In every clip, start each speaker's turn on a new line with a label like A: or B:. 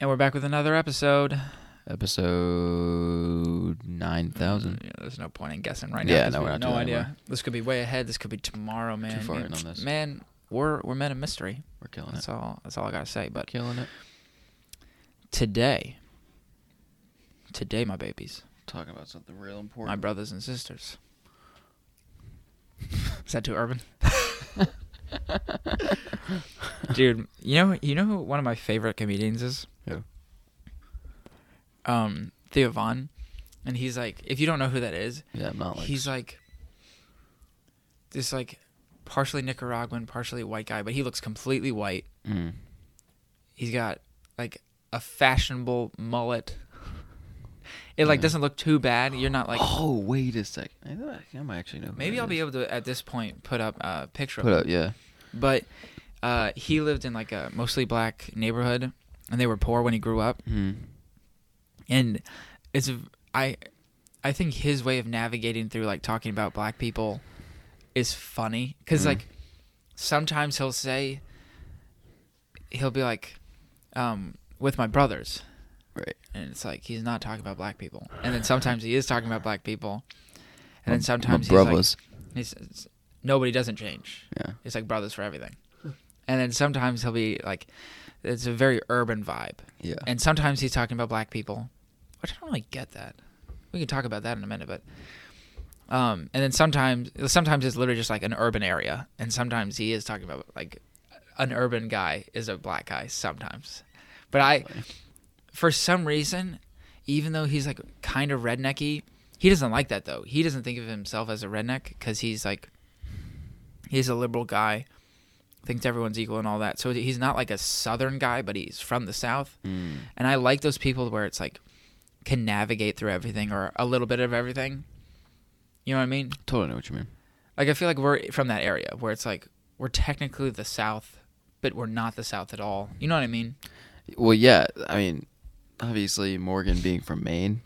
A: And we're back with another episode.
B: Episode nine thousand.
A: Yeah, there's no point in guessing right
B: Yeah,
A: now. 'cause
B: no,
A: we
B: we're
A: have
B: not
A: no
B: doing that
A: idea.
B: anymore.
A: This could be way ahead. This could be tomorrow, man.
B: far
A: You-
B: in on this.
A: Man, we're we're men of mystery.
B: We're killing it.
A: That's all. That's all I gotta say. But
B: Killing it.
A: today, today, my babies,
B: Talking about something real
A: my
B: important.
A: brothers and sisters. Is that too urban? Dude, you know you know who one of my favorite comedians is?
B: Who?
A: Um, Theo Vaughn. And he's like, if you don't know who that is,
B: yeah, I'm not like.
A: he's like this like partially Nicaraguan, partially white guy, but he looks completely white.
B: Mm.
A: He's got like a fashionable mullet. It like
B: Yeah.
A: doesn't look too bad. You're not like
B: oh wait a second. I, thought- I might actually know. who
A: maybe
B: that
A: I'll be
B: is.
A: able to at this point put up a picture of
B: put
A: him.
B: up. Yeah.
A: But uh, he lived in like a mostly black neighborhood, and they were poor when he grew up.
B: Mm.
A: and it's I I think his way of navigating through like talking about black people is funny because
B: Mhm.
A: like sometimes he'll say he'll be like um, with my brothers
B: Right.
A: and it's like he's not talking about black people and then sometimes he is talking about black people and
B: My-
A: then sometimes
B: my brothers.
A: he's like he's, nobody doesn't change
B: yeah.
A: it's like brothers for everything and then sometimes he'll be like it's a very urban vibe
B: Yeah.
A: and sometimes he's talking about black people, which I don't really get that. We can talk about that in a minute, but um, and then sometimes sometimes it's literally just like an urban area, and sometimes he is talking about like an urban guy is a black guy sometimes, but I for some reason, even though he's like kind of rednecky, he doesn't like that though. He doesn't think of himself as a redneck because he's like he's a liberal guy, thinks everyone's equal and all that. So he's not like a southern guy, but he's from the south.
B: Mm.
A: And I like those people where it's like can navigate through everything or a little bit of everything. You know what I mean?
B: Totally know what you mean.
A: Like I feel like we're from that area where it's like we're technically the south, but we're not the south at all. You know what I mean?
B: Well, yeah. I mean, obviously Morgan being from Maine,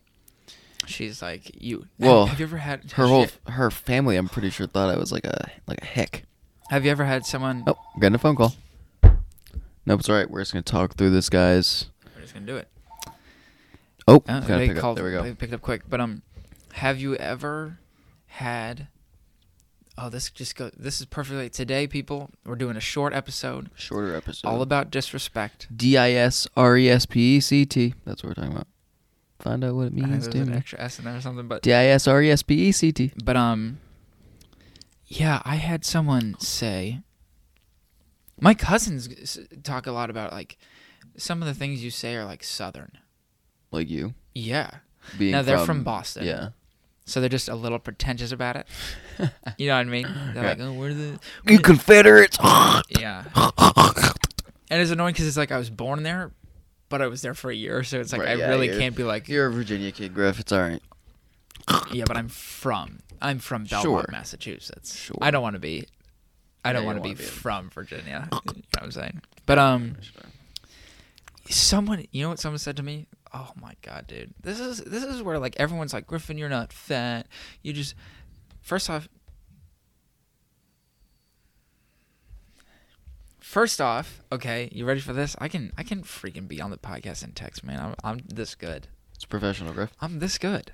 A: She's like you.
B: Well,
A: have you ever had
B: her whole her family, I'm pretty sure, thought I was like a like a hick.
A: Have you ever had someone?
B: Oh, I'm getting a phone call. Nope, it's all right. We're just gonna talk through this, guys.
A: We're just gonna do it.
B: Oh,
A: Uh,
B: gotta
A: they
B: pick up.
A: called.
B: There we
A: They
B: go.
A: picked up quick. But um, have you ever had? Oh, this just go. This is perfectly today, people. We're doing a short episode,
B: Shorter episode.
A: all about disrespect.
B: D I S R E S P E C T. That's what we're talking about. Find out what it
A: I think
B: means,
A: there's an
B: damn it.
A: extra S in there or something, but
B: D I S R E S P E C T.
A: but um, yeah, I had someone say. My cousins s- talk a lot about like some of the things you say are like southern.
B: Like you.
A: Yeah,
B: Being
A: No, they're from Boston.
B: Yeah.
A: so they're just a little pretentious about it. You know what I mean? They're
B: Yeah.
A: like, oh, we're the
B: You Confederates.
A: Yeah. and it's annoying because it's like I was born there, but I was there for a year, so it's like
B: Right,
A: I
B: yeah,
A: really
B: you're-
A: can't be like,
B: You're a Virginia kid, Griff. It's all right.
A: yeah, but I'm from I'm from Belmont,
B: Sure.
A: Massachusetts.
B: Sure.
A: I don't want to be. I don't
B: you
A: want
B: don't
A: to be
B: wanna be in-
A: from Virginia. you know what I'm saying? But um, someone, you know what someone said to me? Oh my god, dude, this is this is where like everyone's like, Griffin, you're not fat. You just first off, first off, okay, you ready for this? I can I can freaking be on the podcast in text, man. I'm I'm this good.
B: It's professional, Griff.
A: I'm this good.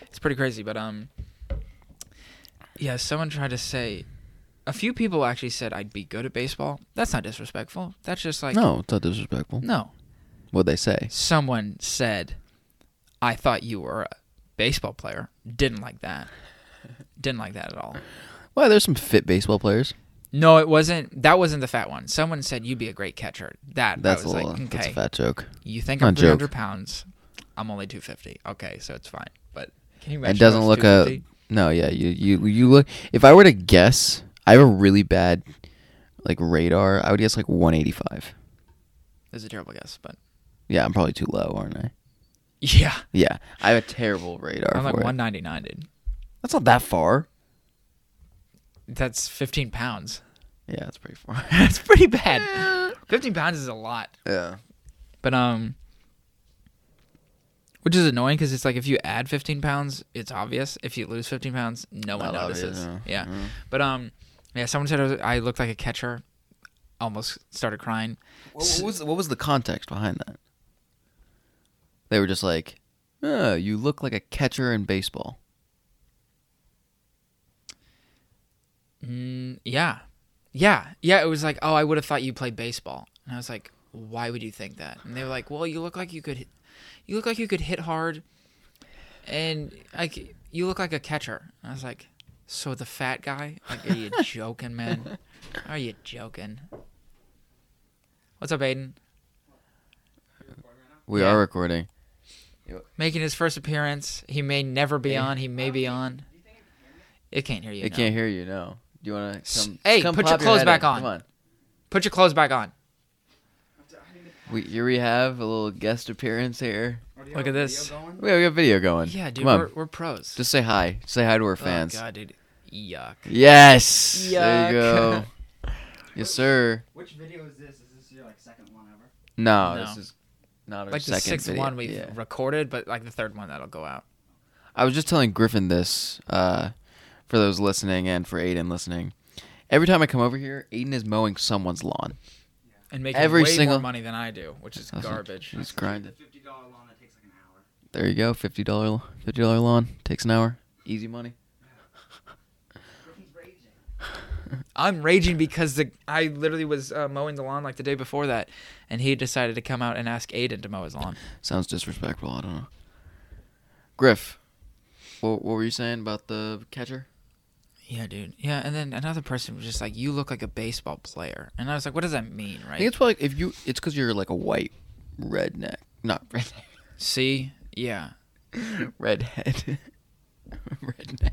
A: It's pretty crazy, but um, yeah. Someone tried to say, a few people actually said I'd be good at baseball. That's not disrespectful. That's just like
B: no, it's not disrespectful.
A: no.
B: What'd they say?
A: Someone said, I thought you were a baseball player. Didn't like that. Didn't like that at all.
B: Well, there's some fit baseball players.
A: No, it wasn't. That wasn't the fat one. Someone said you'd be a great catcher. That
B: That's
A: I
B: a
A: was like,
B: little,
A: okay.
B: that's a fat joke.
A: You think
B: Not
A: I'm
B: a
A: 300
B: joke.
A: pounds. I'm only 250. Okay, so it's fine. But can you imagine?
B: It
A: if I
B: doesn't
A: was
B: look a
A: 250?
B: no. Yeah, you you you look. If I were to guess, I have a really bad like radar. I would guess like 185.
A: That's a terrible guess, but
B: Yeah, I'm probably too low, aren't I?
A: yeah,
B: Yeah, I have a terrible radar
A: I'm like
B: for it.
A: 199, dude.
B: That's not that far.
A: That's 15 pounds.
B: Yeah, that's pretty far.
A: That's pretty bad. 15 pounds is a lot,
B: yeah.
A: but um, which is annoying because it's like if you add 15 pounds, it's obvious. If you lose 15 pounds, no one
B: Not obvious,
A: notices.
B: no.
A: Yeah, Mm-hmm.
B: Mhm.
A: but um, yeah, someone said I, was, I looked like a catcher. almost started crying.
B: What, what was what was the context behind that? They were just like, "Oh, you look like a catcher in baseball."
A: Mm, yeah. Yeah. Yeah. It was like, oh, I would have thought you played baseball. And I was like, why would you think that? And they were like, well, you look like you could, hit, you look like you could hit hard. And like, you look like a catcher. And I was like, so the fat guy? Like, are you joking, man? Are you joking? What's up, Aiden?
B: We
A: Yeah.
B: are recording.
A: Making his first appearance. He may never be on. He may be on. It can't hear you.
B: They
A: no.
B: can't hear you. No. Do you want to come?
A: hey,
B: come
A: put your
B: pop
A: clothes
B: head
A: back
B: in.
A: on.
B: Come on.
A: Put your clothes back on.
B: We here we have a little guest appearance here.
A: Look at this.
B: We have we got video going.
A: Yeah, dude,
B: Come on.
A: we're, we're pros.
B: Just say hi. Say hi to our fans.
A: Oh, God, dude. Yuck.
B: Yes. There you
A: Yuck.
B: go. yes, sir.
C: Which video is this? Is this your like second one ever?
B: No,
A: No.
B: this is not our
A: Like
B: second
A: the sixth
B: video.
A: one we've
B: Yeah.
A: recorded, but like the third one that'll go out.
B: I was just telling Griffin this uh, for those listening and for Aiden listening. Every time I come over here, Aiden is mowing someone's lawn.
A: And making
B: Every
A: way
B: single-
A: more money than I do, which is
B: That's-
A: garbage.
B: He's
C: I
B: grinding.
C: The fifty dollar loan that takes like an hour.
B: There you go. Fifty dollar fifty dollar lawn takes an hour. Easy money.
C: Griffin's raging.
A: I'm raging because the I literally was uh, mowing the lawn like the day before that, and he decided to come out and ask Aiden to mow his lawn.
B: Sounds disrespectful. I don't know. Griff, what, what were you saying about the catcher?
A: Yeah, dude. Yeah, and then another person was just like, "You look like a baseball player," and I was like, "What does that mean,
B: I
A: right?"
B: think it's probably if you. It's because you're like a white redneck, not redneck,
A: See, yeah.
B: redhead, redneck.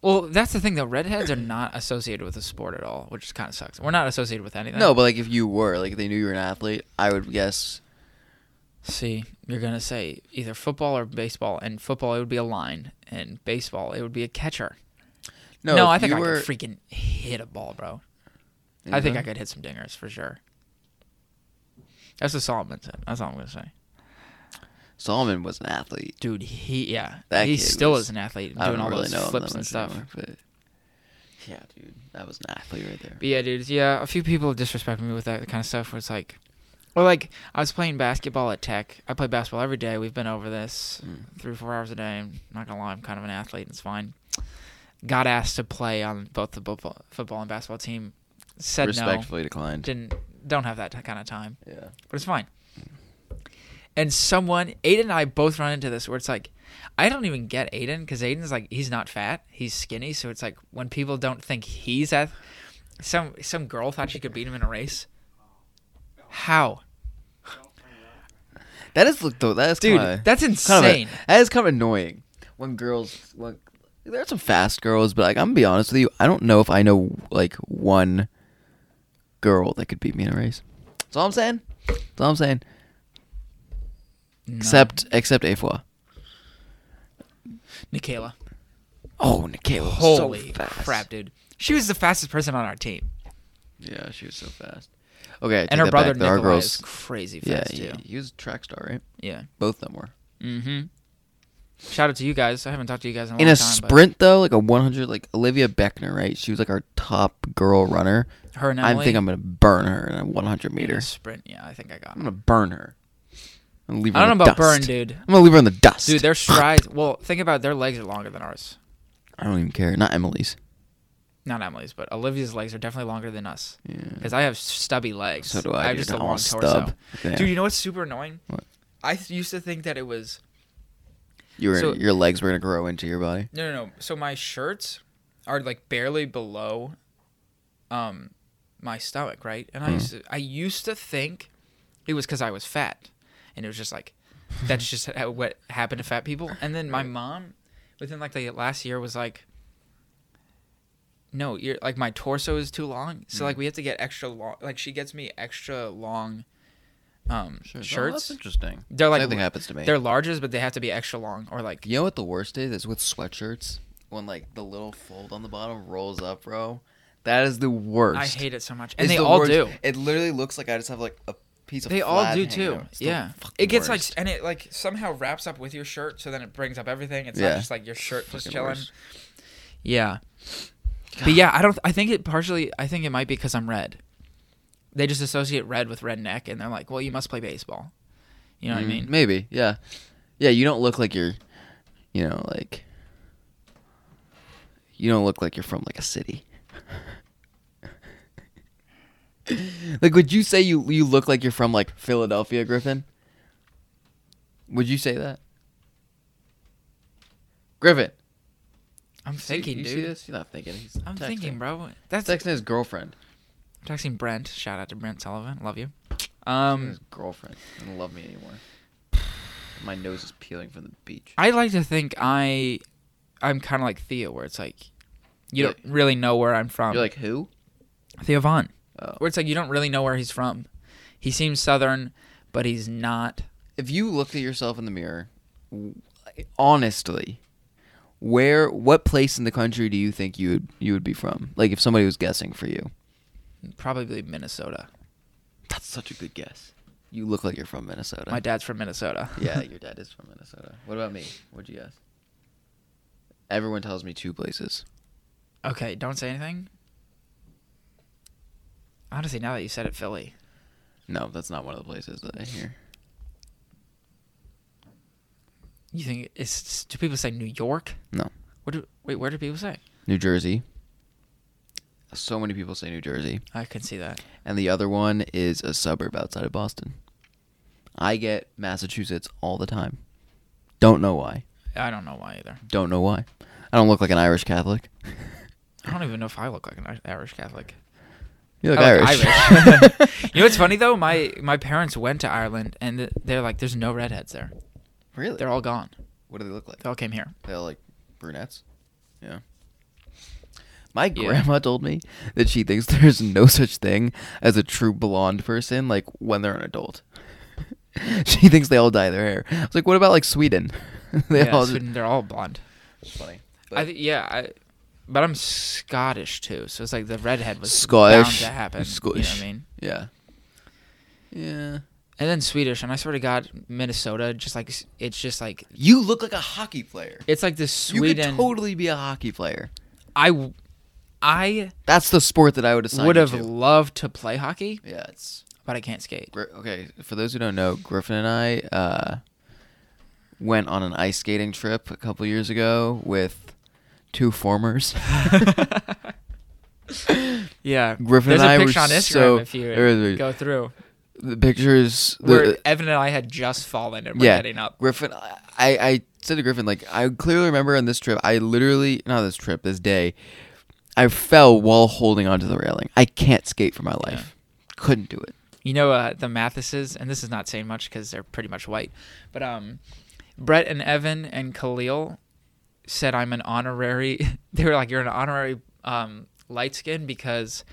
A: Well, that's the thing though. Redheads are not associated with the sport at all, which kind of sucks. We're not associated with anything.
B: No, but like if you were, like if they knew you were an athlete, I would guess.
A: See, you're gonna say either football or baseball, and football it would be a line, and baseball it would be a catcher. No,
B: if
A: I think
B: you
A: I
B: were, Mm-hmm.
A: could
B: Mhm.
A: freaking hit a ball, bro. I think I could hit some dingers for sure. That's what Solomon said. That's all I'm gonna say,
B: Solomon was an athlete.
A: dude. He yeah,
B: That
A: he
B: kid
A: still
B: was-
A: is an athlete
B: I
A: doing
B: don't
A: all
B: really
A: those
B: know him that
A: flips and
B: much
A: stuff.
B: anymore, but yeah, dude, that was an athlete right there.
A: But yeah, dude, yeah, a few people disrespected me with that kind of stuff. Where it's like, or like, I was playing basketball at Tech. I play basketball every day. We've been over this
B: Mm.
A: three, four hours a day. I'm not gonna lie, I'm kind of an athlete. It's fine. Got asked to play on both the football, football and basketball team. Said no.
B: Respectfully declined.
A: Didn't don't have that kind of time
B: Yeah.
A: but it's fine. And someone, Aiden and I both run into this where it's like, I don't even get Aiden because Aiden's like he's not fat, he's skinny. So it's like when people don't think he's at some some girl thought she could beat him in a race. How,
B: That is look though. That is
A: dude?
B: kinda-
A: that's
B: kind of a-
A: insane.
B: that is kind of annoying when girls when there are some fast girls but like i'm gonna be honest with you i don't know if i know like one girl that could beat me in a race that's all i'm saying that's all i'm saying
A: No.
B: except except afua
A: Nikayla.
B: oh nikayla was
A: Holy
B: so fast.
A: crap, dude! She was the fastest person on our team,
B: yeah she was so fast okay I take
A: and her
B: that
A: brother
B: back. There are
A: Nikolai is
B: girls
A: crazy
B: yeah,
A: fast
B: yeah
A: too.
B: he was a track star right
A: Yeah.
B: both of them were
A: Mm-hmm. Shout out to you guys. I haven't talked to you guys in a
B: in
A: long
B: a
A: time. but
B: sprint though like a 100 like olivia beckner right she was like our top girl runner
A: her and
B: i
A: Emily.
B: think i'm gonna burn her in a 100
A: in a
B: meter
A: sprint. Yeah, I think I got.
B: I'm gonna burn her. I'm gonna leave her
A: I
B: in
A: don't know
B: the
A: about
B: dust.
A: burn, dude.
B: I'm gonna leave her in the dust.
A: Dude, their strides. Well, think about it, their legs are longer than ours.
B: I don't even care. Not Emily's.
A: Not Emily's, but Olivia's legs are definitely longer than us.
B: Yeah.
A: Because I have stubby legs.
B: So do I.
A: I have
B: dude.
A: just a
B: I'm
A: long
B: all
A: torso.
B: stub. Damn.
A: Dude, you know what's super annoying?
B: What?
A: I th- used to think that it was
B: You were-
A: so-
B: your legs were gonna grow into your body.
A: no, no, no. So my shirts are like barely below, um, my stomach, right? And I
B: Mhm.
A: used to, I used to think it was because I was fat, and it was just like that's just how, what happened to fat people. And then my mom, within like the last year, was like, "No, you're like my torso is too long, so like we have to get extra long. Like she gets me extra long." Um, shirts.
B: interesting.
A: They're like
B: Nothing happens to me.
A: they're larges, but they have to be extra long or like
B: You know what the worst is? Is with sweatshirts when like the little fold on the bottom rolls up, bro. That is the worst.
A: I hate it so much. And
B: It's
A: they
B: the
A: all
B: worst.
A: do.
B: It literally looks like I just have like a piece of.
A: They all
B: flag
A: do
B: hanging
A: too.
B: out. It's the
A: Yeah.
B: fucking
A: It gets
B: worst.
A: like and it like somehow wraps up with your shirt, so then it brings up everything. It's not
B: Yeah.
A: just like your shirt just
B: Fucking
A: chilling.
B: worst.
A: Yeah. But yeah, I don't. I think it partially. I think it might be because I'm red. they just associate red with redneck, and they're like, well, you must play baseball. You know what I
B: Mm,
A: mean?
B: Maybe, yeah, yeah. You don't look like you're, you know, like you don't look like you're from like a city. like, would you say you you look like you're from like Philadelphia, Griffin? Would you say that, Griffin?
A: I'm thinking,
B: you
A: dude.
B: See this? You're not thinking. He's
A: I'm
B: texting.
A: thinking, bro. That's
B: Texting his girlfriend.
A: texting Brent. Shout out to Brent Sullivan. Love you.
B: Um,
A: Um,
B: his girlfriend doesn't love me anymore. My nose is peeling from the beach.
A: I like to think I, I'm kind of like Theo, where it's like, you don't really know where I'm from.
B: You're like who?
A: Theo Vaughn,
B: Oh.
A: where it's like you don't really know where he's from. He seems southern, but he's not.
B: if you looked at yourself in the mirror, w- honestly, where what place in the country do you think you would you would be from? Like if somebody was guessing for you.
A: Probably Minnesota.
B: That's such a good guess. You look like you're from Minnesota.
A: My dad's from Minnesota.
B: yeah, your dad is from Minnesota. What about me? What'd you guess? Everyone tells me two places.
A: okay, don't say anything. Honestly, now that you said it, Philly.
B: No, that's not one of the places that I hear.
A: You think it's? Do people say New York?
B: No.
A: What do? Wait, where do people say?
B: New Jersey. So many people say New Jersey.
A: I can see that.
B: and the other one is a suburb outside of Boston. I get Massachusetts all the time. Don't know why.
A: I don't know why either.
B: Don't know why. I don't look like an Irish Catholic.
A: I don't even know if I look like an Ir- Irish Catholic.
B: You look
A: I look
B: Irish.
A: you know what's funny though? My my parents went to Ireland and th- they're like, "There's no redheads there.
B: really?
A: They're all gone.
B: what do they look like?
A: They all came here."
B: They're like brunettes. Yeah. My
A: Yeah.
B: grandma told me that she thinks there's no such thing as a true blonde person like when they're an adult. she thinks they all dye their hair. I was like, what about like Sweden? they
A: yeah,
B: all
A: Sweden, they're all blonde.
B: It's funny.
A: I th- yeah, I, but I'm Scottish too, so it's like the redhead was bound
B: Scottish.
A: to happen. You know
B: Scottish.
A: what I mean?
B: yeah. Yeah.
A: And then Swedish, and I swear to God, Minnesota, just like s- it's just like
B: You look like a hockey player.
A: it's like this
B: You
A: Sweden.
B: could totally be a hockey player.
A: I w- I
B: That's the sport that I would assign.
A: would
B: you
A: have
B: to.
A: loved to play hockey,
B: Yeah, it's
A: but I can't skate.
B: Gri- okay. For those who don't know, Griffin and I uh, went on an ice skating trip a couple years ago with two formers.
A: Yeah,
B: Griffin
A: There's
B: and I
A: a
B: were
A: picture on Instagram
B: so-
A: if you
B: there is a-
A: go through.
B: the pictures. the- uh,
A: where Evan and I had just fallen and were
B: yeah,
A: getting up.
B: Griffin. I, I said to Griffin, like, I clearly remember on this trip, I literally, not this trip, this day, I fell while holding onto the railing. I can't skate for my life. Couldn't do it.
A: You know uh, the Mathises, and this is not saying much because they're pretty much white, but um, Brett and Evan and Khalil said I'm an honorary. They were like, "You're an honorary um, light skin because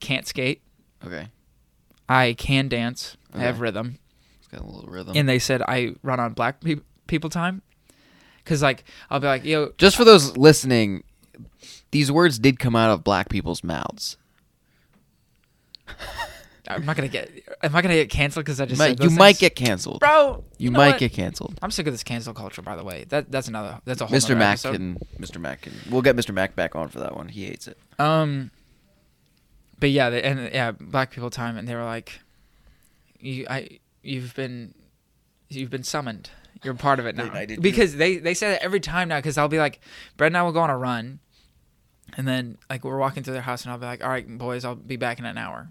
A: can't skate.
B: Okay.
A: I can dance. I have
B: Okay. Um.
A: rhythm."
B: It's got a little rhythm.
A: And they said I run on black pe- people time because like I'll be like, "Yo,
B: Just for those listening, these words did come out of black people's mouths.
A: I'm not gonna get. Am I gonna get canceled because I
B: You
A: just
B: might,
A: said
B: you
A: those
B: might
A: things?
B: get canceled.
A: bro.
B: you
A: know
B: might
A: what?
B: get canceled.
A: I'm sick of this cancel culture, by the way. That that's another. That's a whole.
B: Mr.
A: nother
B: Mack
A: episode.
B: can. Mr. Mack can. We'll get Mr. Mack back on for that one. He hates it.
A: Um, but yeah, they, and yeah, black people time, and they were like, "You, I, you've been, you've been summoned. You're part of it
B: They
A: now."
B: knighted you.
A: because they they say that every time now. Because I'll be like, Brett and I will go on a run, and then like we're walking through their house, and I'll be like, "All right, boys, I'll be back in an hour,"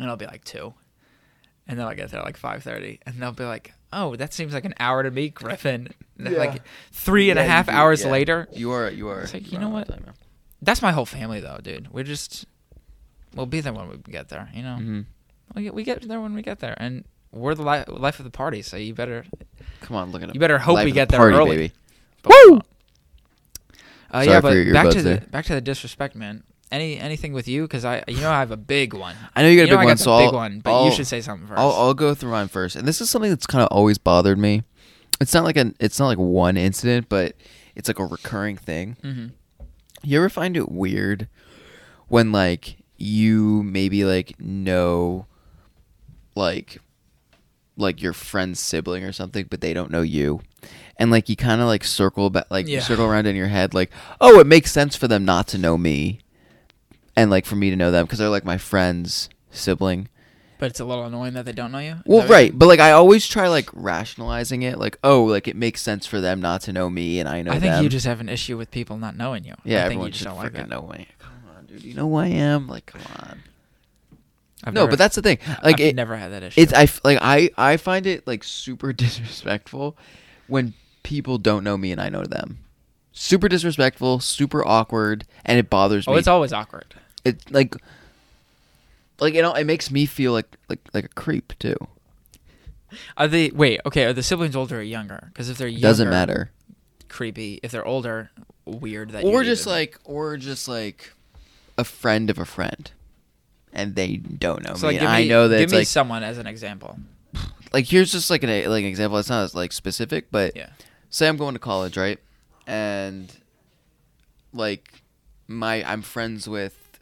A: and I'll be like two, and then I'll get there like five thirty, and they'll be like. Oh, that seems like an hour to me, Griffin. And
B: Yeah.
A: Like three and a
B: Yeah, you
A: half
B: do,
A: hours
B: yeah.
A: later,
B: You are. You are.
A: It's like, you
B: are
A: know
B: on
A: what?
B: time now.
A: that's my whole family, though, dude. We're just we'll be there when we get there. You know,
B: Mhm.
A: we get we get there when we get there, and we're the li- life of the party. So you better.
B: Come on, look at him.
A: You better hope
B: Life
A: we
B: of the
A: get there
B: party,
A: early.
B: baby.
A: but we
B: Woo!
A: won't. Uh,
B: Sorry
A: yeah,
B: for
A: but
B: your
A: back
B: earbuds
A: to
B: there.
A: the back to the disrespect, man. Any anything with you? Because I you know I have a big one.
B: I know you got a big
A: I
B: one,
A: got the
B: so
A: big
B: I'll-
A: one. But
B: I'll-
A: you should say something 1st
B: I'll, I'll go through mine first, and this is something that's kind of always bothered me. It's not like an it's not like one incident, but it's like a recurring thing.
A: mm-hmm.
B: You ever find it weird when like you maybe like know like like your friend's sibling or something, but they don't know you, and like you kind of like circle back, like you
A: Yeah.
B: circle around in your head, like oh, it makes sense for them not to know me, and like for me to know them because they're like my friends, sibling.
A: But it's a little annoying that they don't know you. Is
B: Well,
A: that what
B: right,
A: you-
B: but like I always try like rationalizing it, like oh, like it makes sense for them not to know me and I know
A: I think
B: them.
A: you just have an issue with people not knowing you. I
B: yeah,
A: think
B: everyone
A: you just
B: should
A: don't like
B: freaking
A: that.
B: know who I am. Come on, dude, you know who I am. Like, come on.
A: I've
B: no,
A: never-
B: but that's the thing. Like,
A: I've
B: it,
A: never had that issue.
B: it's I f- like I I find it like super disrespectful when people don't know me and I know them. Super disrespectful, super awkward, and it bothers
A: oh,
B: me.
A: it's always awkward.
B: it like like you know it makes me feel like like like a creep too.
A: Are they wait? Okay, are the siblings older or younger? Because if they're
B: It
A: younger,
B: doesn't matter.
A: Creepy. If they're older, weird. That
B: or
A: you
B: just
A: even-
B: like or just like a friend of a friend and they don't know
A: So
B: me.
A: like,
B: and
A: give me,
B: i know that
A: give
B: it's
A: me
B: like
A: someone as an example.
B: like here's just like an a- like an example it's not as like specific but
A: Yeah.
B: say i'm going to college right and like my i'm friends with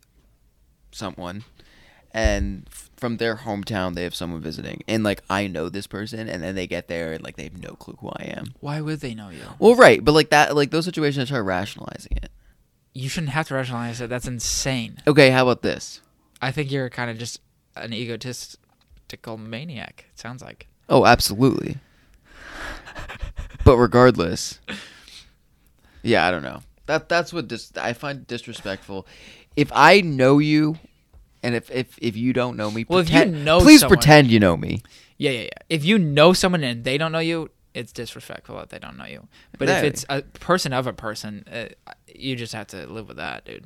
B: someone and f- from their hometown they have someone visiting and like i know this person and then they get there and like they have no clue who i am
A: Why would they know you?
B: well right but like that like those situations i try rationalizing it
A: You shouldn't have to rationalize it. That's insane.
B: okay how about this
A: I think you're kind of just an egotistical maniac. It sounds like.
B: Oh, absolutely. but regardless, yeah, I don't know. That that's what dis- I find disrespectful. If I know you, and if if, if you don't know me,
A: Well, if you
B: pretend-
A: know
B: please
A: someone-
B: pretend you know me.
A: Yeah, yeah, yeah. If you know someone and they don't know you, it's disrespectful that they don't know you. But if
B: Exactly.
A: it's a person of a person, uh, you just have to live with that, dude.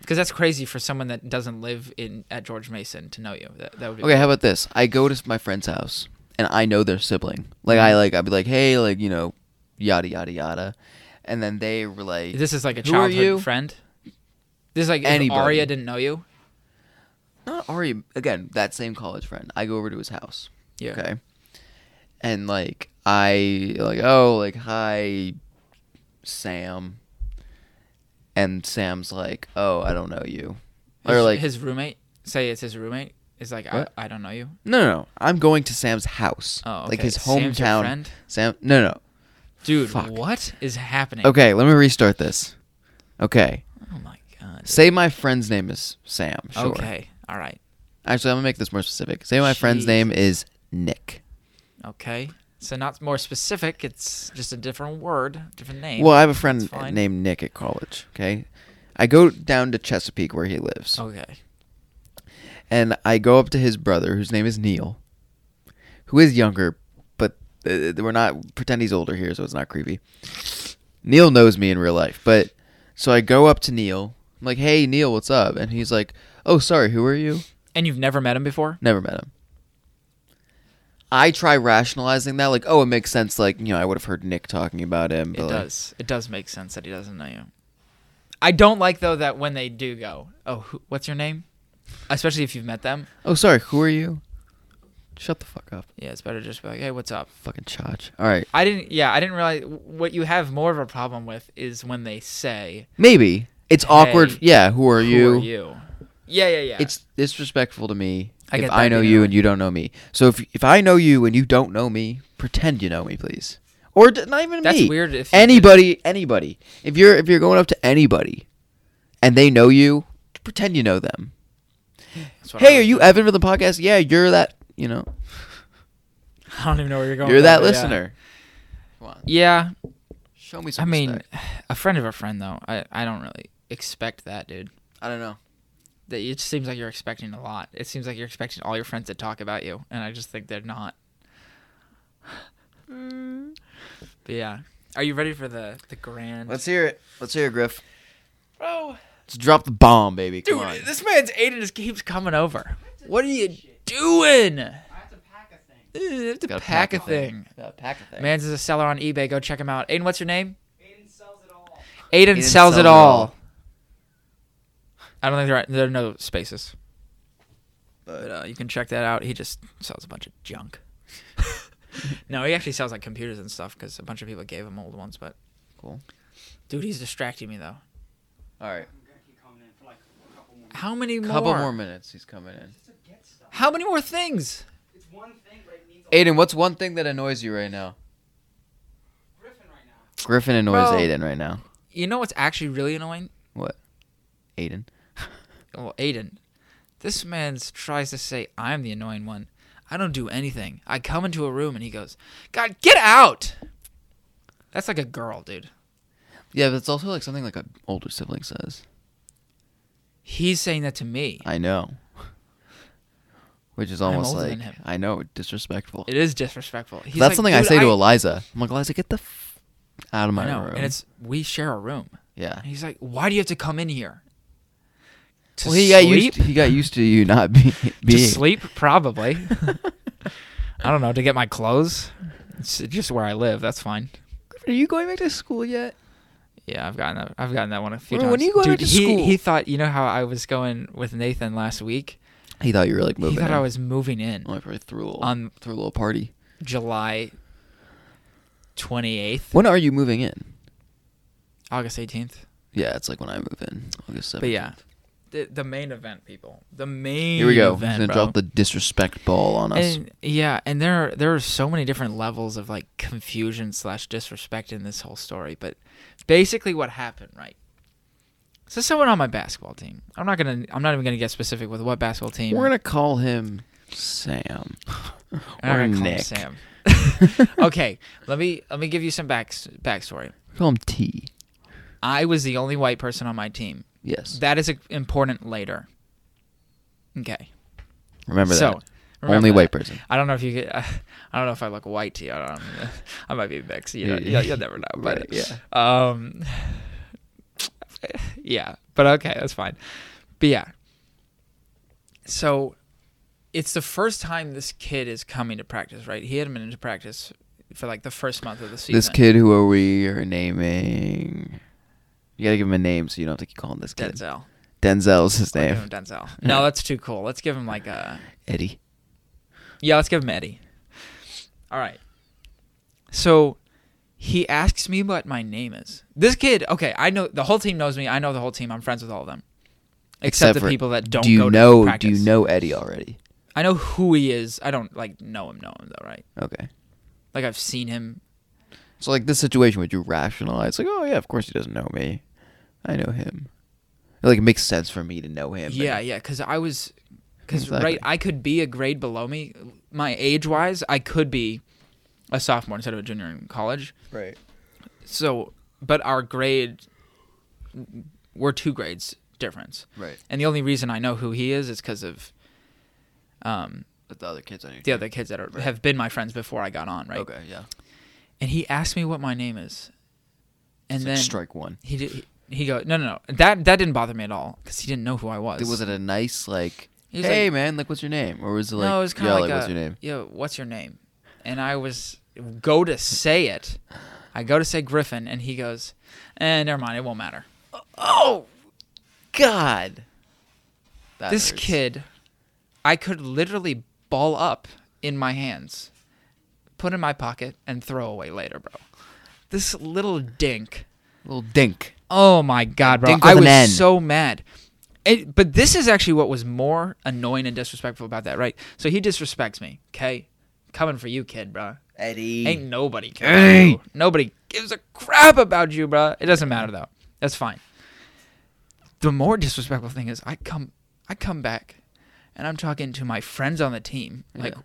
A: Because that's crazy for someone that doesn't live in at George Mason to know you. That, that would be
B: Okay, how about this? I go to my friend's house, and I know their sibling. Like
A: Mm-hmm.
B: I like I'd be like, hey, like you know, yada yada yada, and then they were like,
A: This is like a
B: Who are
A: childhood
B: you?
A: friend. This is like if
B: Anybody.
A: Arya didn't know you.
B: not Ari again, that same college friend. I go over to his house.
A: Yeah.
B: Okay. And like I like oh like hi Sam. And Sam's like, "Oh, I don't know you."
A: His,
B: or like,
A: his roommate. Say it's his roommate. Is like I,
B: What?
A: I don't know you.
B: "No, no, no. I'm going to Sam's house."
A: Oh,
B: Like
A: okay.
B: his
A: Sam's your
B: hometown.
A: friend?
B: Sam No, no.
A: Dude,
B: Fuck.
A: what is happening?
B: Okay, let me restart this. Okay.
A: Oh my god. dude.
B: Say my friend's name is Sam. Sure.
A: Okay. All right.
B: Actually, I'm going to make this more specific. Say my friend's name is Nick.
A: Okay. So not more specific. It's just a different word, different name.
B: Well, I have a
A: That's
B: friend
A: fine.
B: named Nick at college. Okay, I go down to Chesapeake where he lives,
A: Okay.
B: and I go up to his brother, whose name is Neil, who is younger, but uh, we're not pretend he's older here, so it's not creepy. Neil knows me in real life, but so I go up to Neil. I'm like, "Hey, Neil, what's up?" And he's like, "Oh, sorry, who are you?"
A: And you've never met him before?
B: Never met him. I try rationalizing that, like, "Oh, it makes sense." Like, you know, I would have heard Nick talking about him. But
A: It
B: like,
A: does. It does make sense that he doesn't know you. I don't like though that when they do go, oh, who, what's your name? Especially if you've met them.
B: Oh, sorry. Who are you? Shut the fuck up.
A: Yeah, it's better just be like, hey, what's up?
B: Fucking chach. All right.
A: I didn't. Yeah, I didn't realize what you have more of a problem with is when they say,
B: Maybe. It's awkward.
A: Hey,
B: Yeah. Who are,
A: who
B: you?
A: are you? Yeah, yeah, yeah.
B: It's disrespectful to me
A: I
B: if
A: get
B: I
A: that
B: know
A: being
B: you
A: annoying.
B: and you don't know me. So if if I know you and you don't know me, pretend you know me, please. Or d- not even
A: That's
B: me.
A: weird if you do
B: anybody, anybody. If you're if you're going up to anybody, and they know you, pretend you know them.
A: That's what I
B: Hey, are
A: would
B: you
A: do.
B: Evan from the podcast? Yeah, you're that. You know,
A: I don't even know where you're going.
B: you're
A: with
B: that
A: but yeah.
B: listener. Come on,
A: Yeah,
B: show me
A: I
B: some.
A: mean,
B: respect.
A: a friend of a friend though. I I don't really expect that, dude.
B: I don't know.
A: That it just seems like you're expecting a lot. It seems like you're expecting all your friends to talk about you, and I just think they're not. Mm. but yeah, are you ready for the the grand?
B: Let's hear it. Let's hear it, Griff.
A: Bro,
B: Let's drop the bomb, baby. Come
A: dude,
B: on.
A: this man's Aiden just keeps coming over. What are you doing? Ugh,
C: I have to pack a thing.
A: I have to
B: Gotta
A: pack, a thing.
B: Gotta pack a thing.
A: Man's is a seller on eBay. Go check him out. Aiden, what's your name?
C: Aiden sells it all.
A: Aiden,
B: Aiden
A: sells,
B: sells
A: it
B: it
A: all. I don't think there are, there are no spaces. But uh, you can check that out. He just sells a bunch of junk. no, he actually sells like computers and stuff because a bunch of people gave him old ones. But
B: Cool.
A: dude, he's distracting me though.
B: All right.
C: I'm gonna keep coming in for like a couple more.
A: How many more?
B: Couple more minutes. He's coming in.
C: Just to get stuff.
A: How many more things?
C: It's one thing, but it means a
B: Aiden, what's one thing that annoys you right now?
C: Griffin right now.
B: Griffin annoys
A: Bro.
B: Aiden right now.
A: You know what's actually really annoying?
B: Aiden.
A: Well, Aiden, This man tries to say I'm the annoying one. I don't do anything. I come into a room and he goes, "God, get out." That's like a girl, dude.
B: Yeah, but it's also like something like an older sibling says.
A: He's saying that to me.
B: I know. Which is
A: I'm
B: almost
A: older
B: like
A: than him.
B: I know disrespectful.
A: It is disrespectful. He's
B: That's
A: like,
B: something I
A: "Dude,
B: say to Eliza. I'm like Eliza, get the f- out of my
A: I know,
B: room.
A: and it's we share a room.
B: yeah.
A: And he's like, "Why do you have to come in here?" To
B: Well, he got used.
A: sleep?
B: he got used to you not be, being.
A: to sleep, probably. I don't know to get my clothes. It's just where I live. That's fine.
B: Are you going back to school yet?
A: Yeah, I've gotten that. I've gotten that one a few
B: When-
A: times.
B: when you go
A: Dude,
B: to
A: he,
B: school-
A: he thought you know how I was going with Nathan last week.
B: He thought you were like moving.
A: he thought I
B: in.
A: was moving in
B: Oh, I probably threw a little,
A: on
B: threw a little party.
A: July twenty eighth,
B: When are you moving in?
A: August eighteenth.
B: Yeah, it's like when I move in, August 7th.
A: But yeah, the, the main event, people. The main
B: Here we go. He's
A: Event,
B: gonna
A: bro.
B: drop the disrespect ball on us.
A: And, yeah, and there are, there are so many different levels of like confusion slash disrespect in this whole story. But basically, what happened, right? So someone on my basketball team. I'm not gonna. I'm not even gonna get specific with what basketball team.
B: We're gonna call him Sam.
A: I'm not
B: or
A: gonna call him
B: Nick.
A: Sam. okay, let me let me give you some back backstory.
B: Call him T.
A: I was the only white person on my team.
B: Yes.
A: That is important later. Okay.
B: Remember
A: so,
B: that.
A: remember
B: Only
A: that.
B: white person.
A: I don't know if you get. I don't know if I look white to you. I, don't, I might be mixed. You know,
B: Yeah.
A: you'll, you'll never know. But
B: Right, yeah.
A: Um. Yeah, but okay, that's fine. But yeah. So, it's the first time this kid is coming to practice. Right? He hadn't been into practice for like the first month of the season.
B: This kid who are we are naming You gotta give him a name so you don't have to keep calling this kid.
A: Denzel.
B: Denzel's his
A: We're
B: name.
A: giving him Denzel. No, that's too cool. Let's give him like a.
B: Eddie.
A: Yeah, let's give him Eddie. All right. So he asks me what my name is. This kid, okay, I know the whole team knows me. I know the whole team. I'm friends with all of them, except,
B: Except
A: the
B: for-
A: people that don't
B: do you
A: go
B: know
A: to practice.
B: do you know Eddie already?
A: I know who he is. I don't like know him, know him though, right?
B: Okay.
A: Like I've seen him.
B: So like this situation would you rationalize like, oh yeah, of course he doesn't know me. I know him. Like it makes sense for me to know him. and-
A: Yeah, yeah, because I was, because
B: Exactly.
A: right, I could be a grade below me, my age wise. I could be a sophomore instead of a junior in college.
B: Right.
A: So, but our grade, we're two grades difference.
B: Right.
A: And the only reason I know who he is is because of um,
B: But the other kids on your
A: the other kids that are, have been my friends before I got on, right?
B: Okay, yeah.
A: And he asked me what my name is, and
B: It's
A: then
B: like strike one.
A: he did. He, he go no no no that that didn't bother me at all because he didn't know who I was.
B: Was it a nice like?
A: He was
B: hey
A: like-
B: man, like what's your name? Or was it like?
A: no, it was kind
B: "Yeah,
A: of like,
B: what's
A: a,
B: your name?
A: Yeah, what's your name? And I was go to say it. I go to say Griffin, and he goes, "And eh, never mind, it won't matter."
B: Oh, God. That
A: this
B: hurts.
A: kid, I could literally ball up in my hands, put in my pocket, and throw away later, bro. This little dink.
B: little dink.
A: Oh my god, bro!
B: Dink with
A: I
B: an
A: was
B: N.
A: so mad. It, but this is actually what was more annoying and disrespectful about that, right? So he disrespects me, okay? Coming for you, kid, bro.
B: Eddie.
A: Ain't nobody cares. about
B: Hey.
A: you. Nobody gives a crap about you, bro. It doesn't matter though. That's fine. The more disrespectful thing is, I come, I come back, and I'm talking to my friends on the team. Like,
B: Yeah.